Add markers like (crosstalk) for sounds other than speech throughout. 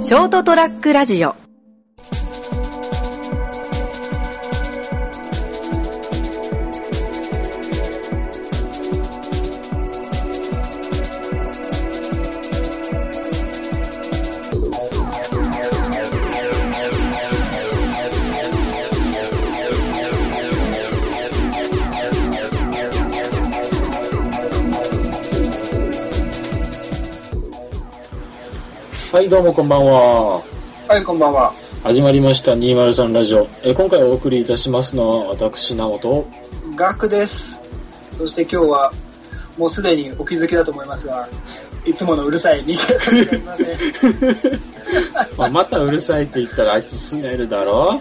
ショートトラックラジオはい、どうもこんばんは。はい、こんばんは。始まりました203ラジオ。えー今回お送りいたしますのは私、直人。ガクです。そして今日は、もうすでにお気づきだと思いますが、いつものうるさい人間関係がありません。まあ、またうるさいって言ったらあいつすねるだろ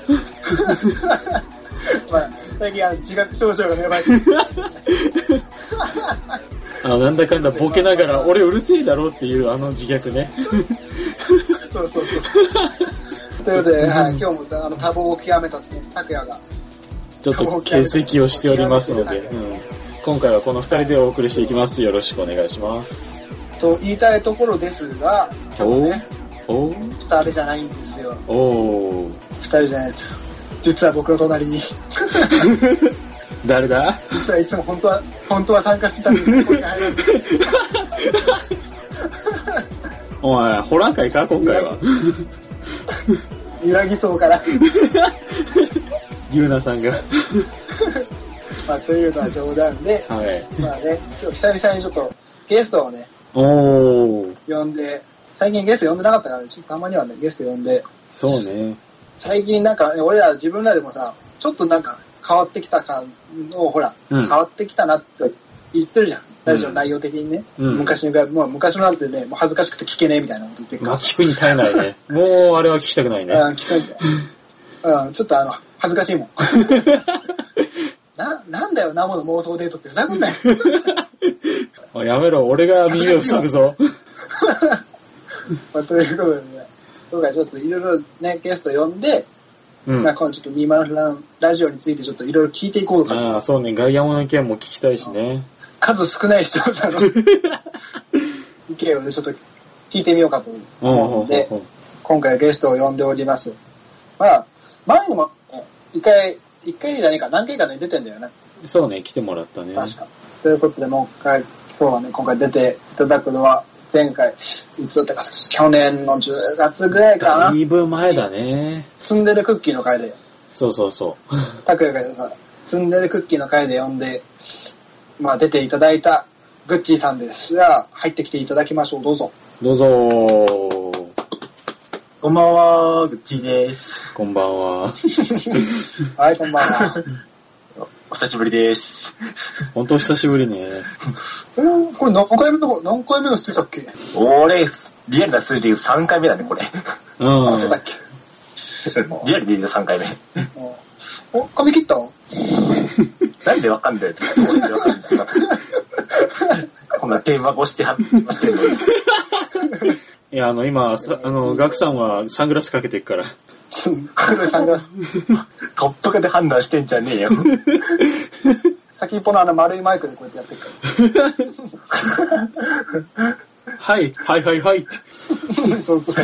まあ、最近あの自覚症状が芽生えてきて、あの、なんだかんだボケながら俺うるせえだろっていうあの自虐ね。そうそうそう。ということで、はい、今日もあの多忙を極めたですね、拓也が。ちょっと欠席をしておりますので、うん、今回はこの二人でお送りしていきます。よろしくお願いします。と言いたいところですが、今日もね、お二人じゃないんですよ。おおー二人じゃないですよ。実は僕の隣に、誰だ実はいつも本当は、本当は参加してたんですけど、ここに入らなくてお前、ホラー会か今回は。揺らぎそうから。ゆうなさんが。まあ、というのは冗談で、はい。まあね、今日久々にちょっとゲストをね、おお呼んで、最近ゲスト呼んでなかったから、ちょっとたまにはね、ゲスト呼んで、そうね。最近なんか、俺ら自分らでもさ、ちょっとなんか変わってきた感を、ほら、うん変わってきたなって言ってるじゃん。ラジオの内容的にね、うん昔に比べ、もう昔のなんてね、もう恥ずかしくて聞けねえみたいなこと言ってるまからあ、、聞くに耐えない (laughs) ね。もう、あれは聞きたくないね。うん、聞かんじゃん。うん、ちょっとあの、恥ずかし (laughs) いもん。な、なんだよ、生の妄想デートってふざく (laughs) んなよ。おいやめろ、俺が耳を塞ぐぞ。まあ、ということでね、今回ちょっといろいろね、ゲスト呼んで、うん。まあ、あ今度ちょっと203ラジオについてちょっといろいろ聞いていこうか。あ、そうね、ガイアモの件も聞きたいしね。数少ない視聴 (laughs) 者の意見をね、ちょっと聞いてみようかとうん、うん思うのでう、ん今回ゲストを呼んでおります。まあ、前にもね一回、一回じゃねえか、何回かね、出てんだよね。うんそうね、来てもらったね。確か。ということで、もう一回、今日はね、今回出ていただくのは、前回、いつだったか、去年の10月ぐらいかだ、ないぶ前だね。積んでるクッキーの回で、そうそうそう。拓也がさ、積んでるクッキーの回で呼んで、まあ出ていただいたグッチーさんですが、入ってきていただきましょう。どうぞ。どうぞこんばんは、ぐっちーです。こんばんは。はい、こんばん (laughs) は。お久しぶりです。本当久しぶりね。えーこれ何回目の、何回目の出演だっけ、俺、リアルな数字で言う3回目だね、これ。うあ、そうだん。っけリアルで言う3回目。うんお、髪切ったのなんでわかんないの俺でわかんないんですよ。こんな電話越してはましてるのに。いや、あの、今、さあの、ガクさんはサングラスかけてるから。黒いサングラストップ化で判断してんじゃねえよ。先っぽのあの丸いマイクでこうやってやってるかはい、はいはいはいって。ら。 (laughs) そうそう。ね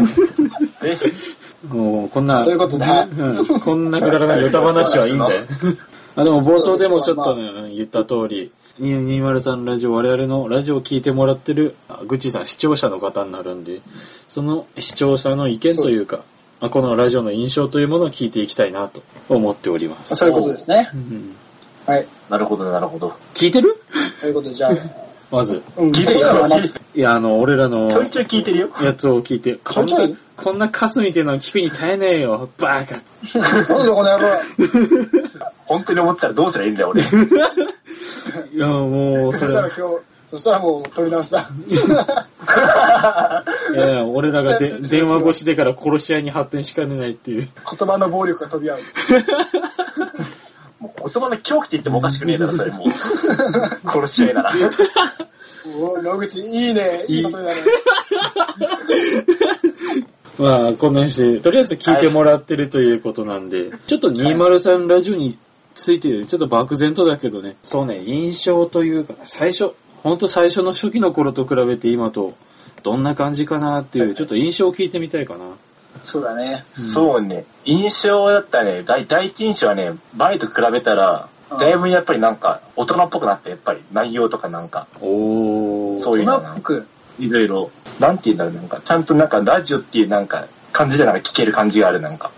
もう、こんなとい、うことで、はいうんこんなくだらないヨタ話はいいんだよ。 (laughs) あでも冒頭でもちょっとね、うん言った通り、203ラジオ、我々のラジオを聞いてもらってる、あぐっちーさん、視聴者の方になるんで、その視聴者の意見というか、あこのラジオの印象というものを聞いていきたいなと思っております。そういうことですねう。んはい。なるほど、なるほど。聞いてるということで、じゃあ、まず。うん、聞いてるよ、話すいや、あの、俺らのちょいちょい聞いてるよ。やつを聞いて、こんなちょい、こんなカスみてえなの聞くに耐えねえよ、バカ。なんでこの野郎。本当に思ったらどうすりゃいいんだよ、俺。いや、もう、そそしれたら、今日、そしたらもう取り直した。いやいや、俺らがで電話越しでから殺し合いに発展しかねないっていう。言葉の暴力が飛び合う。もう言葉の狂気って言ってもおかしくねえだろ、それもう。殺し合いなら。お野口、いいね。いいことになる。まあ、こんな話で、とりあえず聞いてもらってるということなんで、ちょっと203ラジオについて、ちょっと漠然とだけどね、そうね、印象というか、最初、ほんと最初の初期の頃と比べて今と、どんな感じかなっていう、ちょっと印象を聞いてみたいかな。 (laughs) そうだね。そうね。印象だったね。第第一印象はね、前と比べたら、うんだいぶやっぱりなんか、大人っぽくなって、やっぱり内容とかなんか、おー。そういう大の人がっぽく。いろいろ、なんて言うんだろう、なんか、ちゃんとなんかラジオっていうなんか、感じでなんか聞ける感じがある、なんか。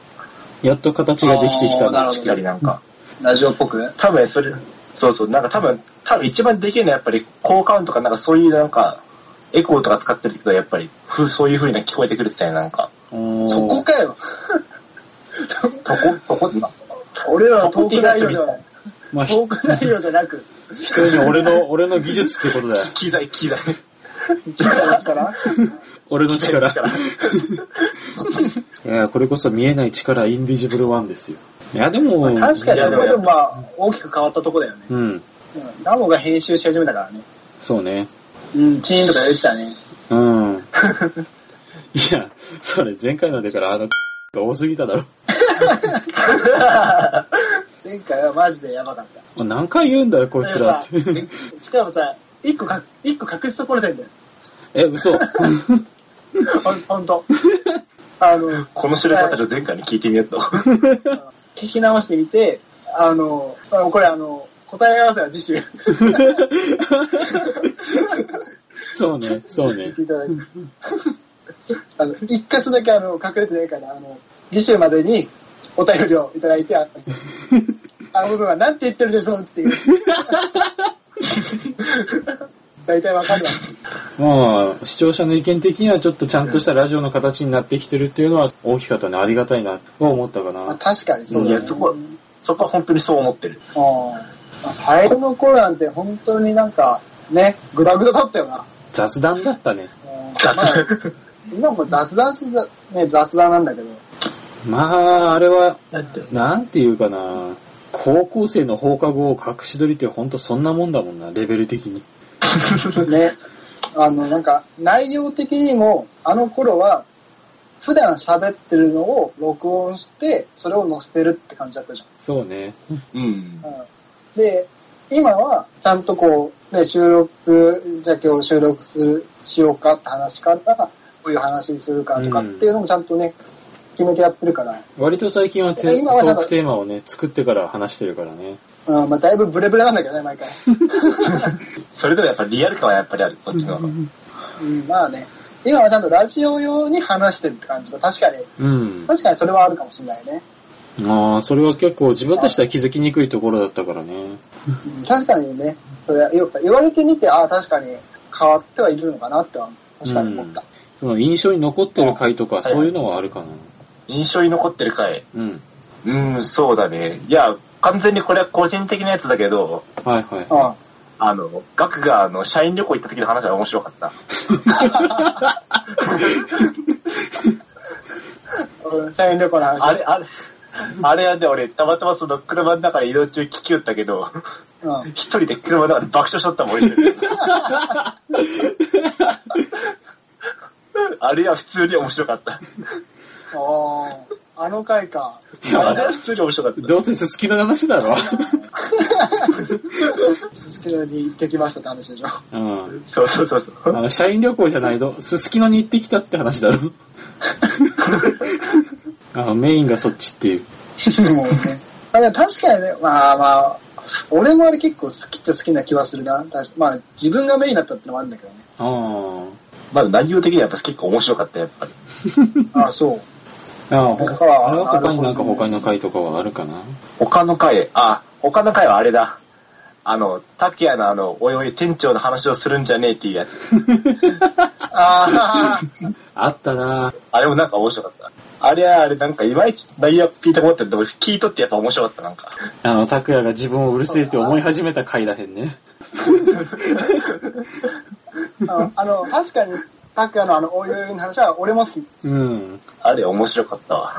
やっと形ができてきたあな。ーしっかりなんか。ラジオっぽく。多分それ、そうそう、なんか多分、多分一番できるのはやっぱり、効果音とかなんかそういうなんか、エコーとか使ってるけど、やっぱり、ふそういう風に聞こえてくるってね、なんか。そこかよ。そこ、そこってな。俺らのトーク内容では、まあ、ひトーク内容じゃなく、人に俺の、俺の技術ってことだよ。機材、機材。だから、 (laughs) 俺の力。からいや、これこそ見えない力、インビジブルワンですよ。いや、でも、確かにそこでもまあ、大きく変わったとこだよね。うん。うんラモが編集し始めたからね。そうね。うん、チーンとか言ってたね。うん。い (laughs) や、それ前回のでからあの、が多すぎただろ。前回はマジでやばかった。もう何回言うんだよ、こいだつけらどっさて。しかもさ、一個か、一個隠し損ねてんだよ。 (laughs) え、嘘。 (laughs) ほん、 (laughs) ほんと。あの、 (laughs) この調べ方ちょっと前回に聞いてみようと。聞き直してみて、あの、あのこれあの、答え合わせは次週、そうね、そう聞いねて。いただいて。あの、一箇所だけあの、隠れてないから、あの、次週までにお便りをいただいて、ああの部分はなんて言ってるでしょうっていう。大体わかるわ。まあ、視聴者の意見的にはちょっとちゃんとしたラジオの形になってきてるっていうのは大きかったね。ありがたいな、と思ったかまあ、な。確かにそうだ、いね。や、そこ、そこは本当にそう思ってる。うんまあ、最初の頃なんて本当になんか、ね、グダグダだったよな。雑談だったね。うんまあ今も雑談し、ね、雑談なんだけど。まあ、あれは、だって、なんていうかな。高校生の放課後を隠し撮りってほんとそんなもんだもんな、レベル的に。ね、あの、なんか、内容的にも、あの頃は、普段喋ってるのを録音して、それを載せてるって感じだったじそうね。うんゃ。ん。うん、で、今は、ちゃんとこう、ね、収録、じゃあ今日収録する、しようかって話から、こういう話にするかとかっていうのもちゃんとね、決めてやってるから、割と最近はテ今はトなーんかクテーマをね、作ってから話してるからね。うん、まあだいぶブレブレなんだけどね、 (laughs) 毎回。それでもやっぱリアル感はやっぱりある、こっちの方が。うん、まあね。今はちゃんとラジオ用に話してるって感じが、確かに、うん。確かにそれはあるかもしれないね。まあ、それは結構自分としては気づきにくいところだったからね。うん確かにね、それはよく言われてみて、ああ、確かに変わってはいるのかなっては、確かに思った。その印象に残ってる回とか、はいそういうのはあるかな。印象に残ってる回。うん。うん、そうだね。いや、完全にこれは個人的なやつだけど、はいはい。うん。ああの、ガクがあの、社員旅行行った時の話は面白かった。社員旅行の話。あれ、あれ、あれはね、俺、たまたまその車の中で移動中聞きよったけど、うん。一人で車の中で爆笑しとったもん、俺。 (laughs) あれは普通に面白かった。ああ、あの回か。あれは普通に面白かった。どうせ好きな話だろ。すすきのに行ってきましたって話でしょ。うん。そうそうそうそう。あの、社員旅行じゃないの、すすきのに行ってきたって話だろ。あの、メインがそっちっていう。 (laughs) もうね。まあでも確かにね、まあまあ、俺もあれ結構好きっちゃ好きな気はするな。確かまあ自分がメインだったってのもあるんだけどね。(laughs) ああ。まあ、内容的にはやっぱ結構面白かった、やっぱり。ああ、そう。ああ、他他はあれは他になんかなるほど他の回とかはあるかな。他の回、あ、他の回はあれだ。あの、竹谷のあの、おいおい店長の話をするんじゃねえっていうやつ。ああ、あったなあれもなんか面白かった。あれはあれなんかいまいち内容は聞いたことあったけど、聞いとってやっぱ面白かった、なんか。あの、拓也が自分をうるせえって思い始めた回らへんね。うんあの、確かに、拓也のあの、お湯の話は俺も好き。うん。あれ面白かったわ。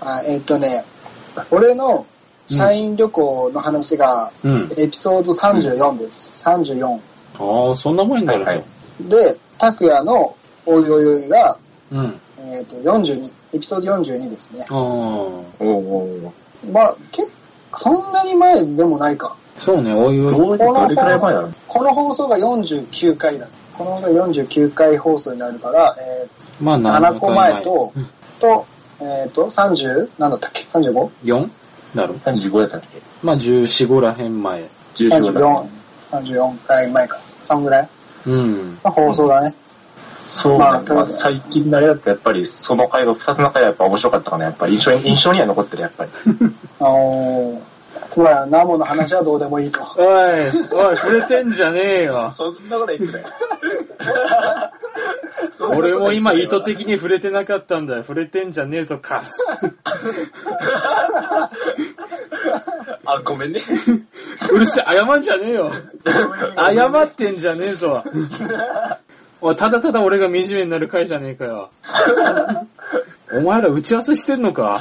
あえっ、とね、俺の社員旅行の話が、うん。エピソード34です。34。ああ、そんな前になるの、はいはいで、拓也のおいおいおいが、うん。えっ、と、42。エピソード42ですね。ああ。おうおうおうまあ、けそんなに前でもないか。そうね、おいおい。どうどれくらい前なのこの放送が49回だ。あこの49回放送になるから、えまあー、 7 7個個前前とと、と、えっ、と、30? なんだったっけ ?35? 4だろ35だったっけまあ14、5らへん前。 ?14 だっ34。34回前か。そんぐらい。うん。まあ、放送だね。けそうなんだ、まあまあ最近のあれだとやっぱりその回が2つの回はやっぱ面白かったかなやっぱり印象に印象には残ってるやっぱりあのー、つまりはナモの話はどうでもいいと。おい、おい、触れてんじゃねえよ。そんなこと言ってない俺も今意図的に触れてなかったんだよ。触れてんじゃねえぞ、カス。あごめんね (laughs) うるせえ、謝んじゃねえ (laughs) よ。謝ってんじゃねえぞ。おいただただ俺が惨めになる回じゃねえか (laughs) よ。お前ら打ち合わせしてんのか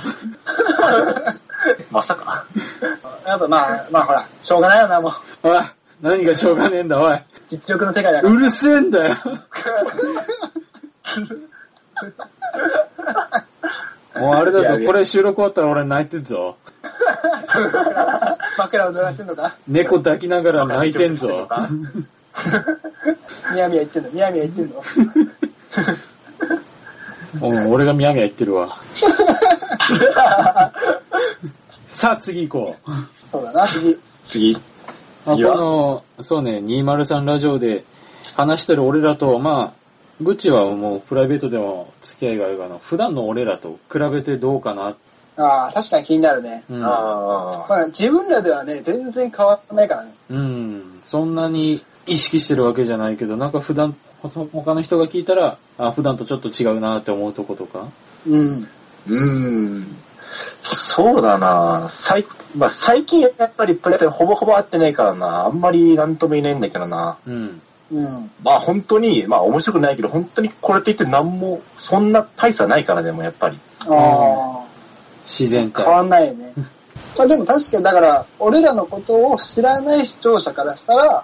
まさかやっぱまあ、まあほら、しょうがないよな、もう。おい、何がしょうがねえんだ、おい。実力の世界だかうら。るせえん (laughs) だよ。もうあれだいぞやい、やこれ収録終わったら俺泣いてんぞ。枕を濡らしてんのか猫抱きながら泣いてん (laughs) ぞ。みやみや言ってんのみやみや言ってんのうん、俺がミヤミヤ言ってるわ。さあ、次行こう。そうだな、次。次あこ次はの、そうね、203ラジオで話してる俺らと、まあ、グッチはもうプライベートでも付き合いがあるから、普段の俺らと比べてどうかな。ああ、確かに気になるね。うん。ああまあ、自分らではね、全然変わらないからね。うん、そんなに意識してるわけじゃないけど、なんか普段、ほ他の人が聞いたら、あ、普段とちょっと違うなって思うとことか。うん。うーん。そうだな最、まあ、最近やっぱりプレイほぼほぼ会ってないからな。あんまりなんとも言えないんだけどな。うん。うん。まあ本当に、まあ面白くないけど、本当にこれといって何も、そんな大差ないからでもやっぱり。ああ、自然変界。わんないよね。まあでも確かに、だから、俺らのことを知らない視聴者からしたら、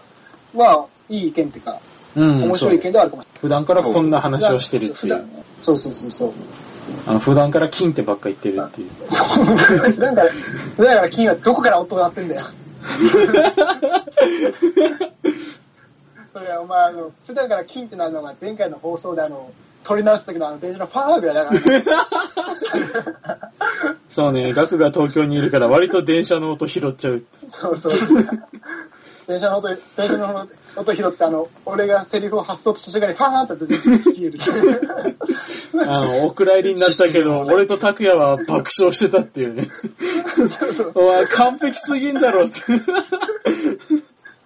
まあ、いい意見っていうか、うん。面白い意見そうではあるかもし普段からこんなれない。話をしてるって普い段う。ね。そうそうそうそう。あの普段から金ってばっか言ってるっていう。だから、だから金はどこから音が鳴ってんだよ。それはお前、あの、普段から金ってなるのが前回の放送であの、撮り直した時のあの、電車のファーぐらいだから、そうね、ガクが東京にいるから割と電車の音拾っちゃう。そうそう。電車の音、電車の音拾ってあの、俺がセリフを発想とした瞬間にファーンって出て消え (laughs) る。あの、お蔵入りになったけ (laughs) ど、俺と拓也は爆笑してたっていうね。お前完璧すぎんだろって。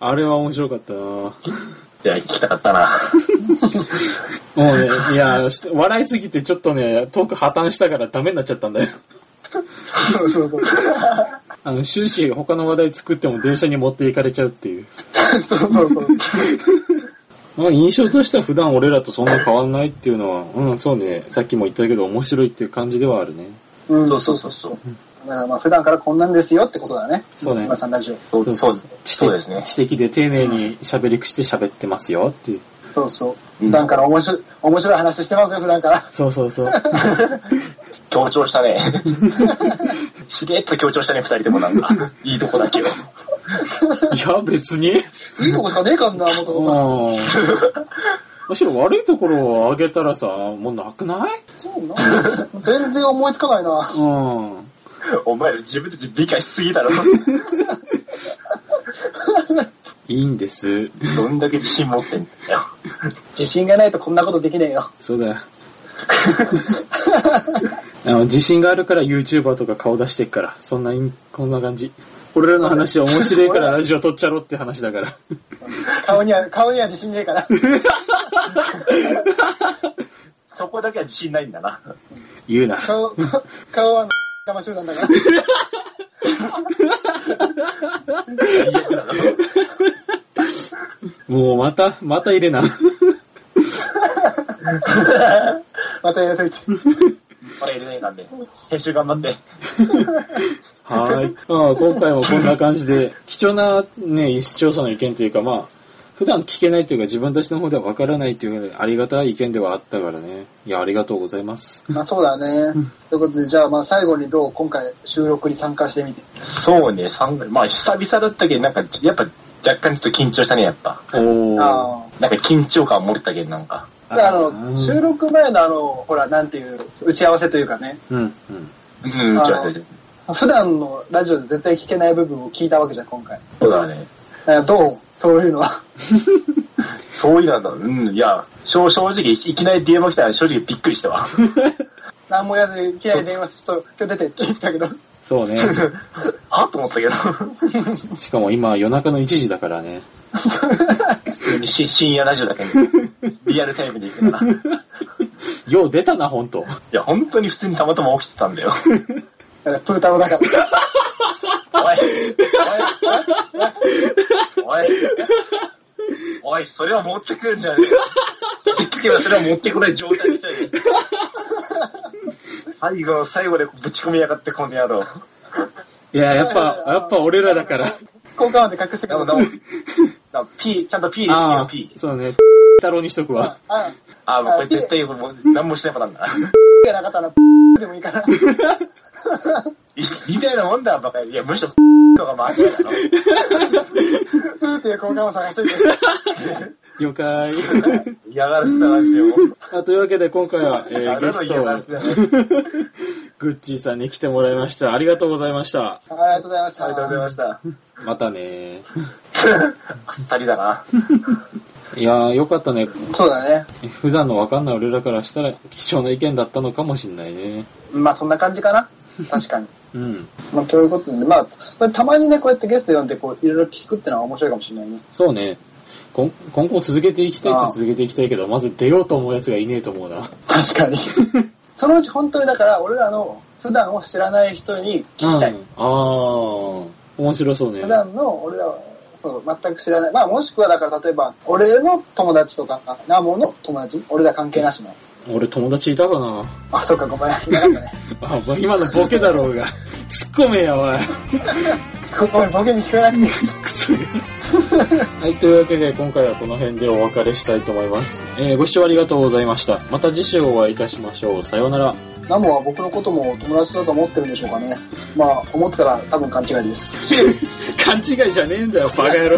あれは面白かったないや、聞きたかったな。もうね、いや、し笑いすぎてちょっとね、トーク破綻したからダメになっちゃったんだよ。そうそうそう。あの、終始他の話題作っても電車に持っていかれちゃうっていう。 (laughs) そうそうそう。まあ、印象としては普段俺らとそんな変わんないっていうのは、うん、そうね、さっきも言ったけど面白いっていう感じではあるね。うん、そうそうそうそう。だからまあ普段からこんなんですよってことだね。そうね今さんラジオ。そうそう知そうで的すね。知的で丁寧に喋りくして喋ってますよっていう。そうそう。うん普段から面白い、面白い話してますよ、普段から。そうそうそう。強調したね。しれっと強調したね、二人ともなんか。いいとこだけど。いや、別に。いいとこしかねえかんな、もとうんもと。。むしろ悪いところを上げたらさ、もうなくないそうな。全然思いつかないな。うん。お前ら自分たち理解しすぎだろ。いいんです。どんだけ自信持ってんだよ。自信がないとこんなことできねえよ。そうだ (laughs) よ。あの自信があるから YouTuber とか顔出してっから、そんなイン、こんな感じ。俺らの話は面白いからラジオ撮っちゃろうって話だから。顔には、顔には自信ねえから。そこだけは自信ないんだな。言うな。顔、顔顔は、 (laughs) かましゅうなんだから。もうまた、また入れな。またやらせて。これ入れないかんで。編集頑張って。はい。 (laughs) まあ、今回もこんな感じで、貴重なね、視聴者の意見というか、まあ、普段聞けないというか、自分たちの方ではわからないという、ありがたい意見ではあったからね。いや、ありがとうございます。まあそうだね。ということで、じゃあまあ最後にどう今回収録に参加してみて。そうね、三まあ久々だったけど、なんか、やっぱ若干ちょっと緊張したね、やっぱ。おー。あなんか緊張感持ったけん、なんか。あ。で、あうの、ん収録前のあの、ほら、なんていう、打ち合わせというかね、うん、うん、うちは普段のラジオで絶対聞けない部分を聞いたわけじゃん、今回。そうだね。だからどうそういうのは。そういうのだ。うん、いや、正正直、いいきなり DM 来たら正直びっくりした (laughs) わ。何もやずに、いきなり電話して、ちょっと今日出てって言ったけど、そうね。はと思ったけど、しかも今夜中の1時だからね。普通にし深夜ラジオだ (laughs) けに、リアルタイムで行くから。いよう出たな、ほんと。や、本当に普通にたまたま起きてたんだよ。だからプータロだから。おい、おい、おい、おい、おい、それは持ってくるんじゃねえよ。せっかくはそれは持ってこない状態みたいに。最後の最後でぶち込みやがって、この野郎。いや、やっぱ、やっぱ俺らだから。効果まで隠してでくも、でだもさい。、でも P、ちゃんと P でいいあよ、あ P、。そうね。太郎にしとくわ。あ、ああ、もうこれ絶対もう何もしないパターンだ。じゃなかったら、でもいいから。いみたいなもんだ、バカ。いや、むしろ、とかマジだろ。プーっていう効果を探してて。了解。嫌がらせだマジでもう。あというわけで今回は、えー誰ゲのス嫌がらせト、だよ。ありがとうグッチーさんに来てもらいました。ありがとうございました。ありがとうございました。ございました。またね。あっさりだな。いやー、よかったね。そうだね。普段のわかんない俺らからしたら貴重な意見だったのかもしんないね。まあそんな感じかな。確かに。うん。まあそういうことで、まあ、これたまにね、こうやってゲスト呼んで、こう、いろいろ聞くってのは面白いかもしれないね。そうね。こん今後続けていきたいああと続けていきたいけど、まず出ようと思うやつがいねえと思うな。確かに。 (laughs) そのうち本当にだから、俺らの普段を知らない人に聞きたい。うんあー、面白そうね普。段の俺らは、そう、全く知らない。まあもしくはだから、例えば、俺の友達とか、ナモの友達、俺ら関係なしの。俺友達いたかなあ、そっか、ごめん。なかったね。 (laughs) あ、まあ今のボケだろうが。突っ込めや、おい。ごめん、ボケに聞こえなく (laughs) て。くそ (laughs) がはい、というわけで今回はこの辺でお別れしたいと思います。えーご視聴ありがとうございました。また次週お会いいたしましょう。さようなら。ナモは僕のことも友達だと思ってるんでしょうかね。まあ、思ってたら多分勘違いです。 (laughs) 勘違いじゃねえんだよ、バカ野郎。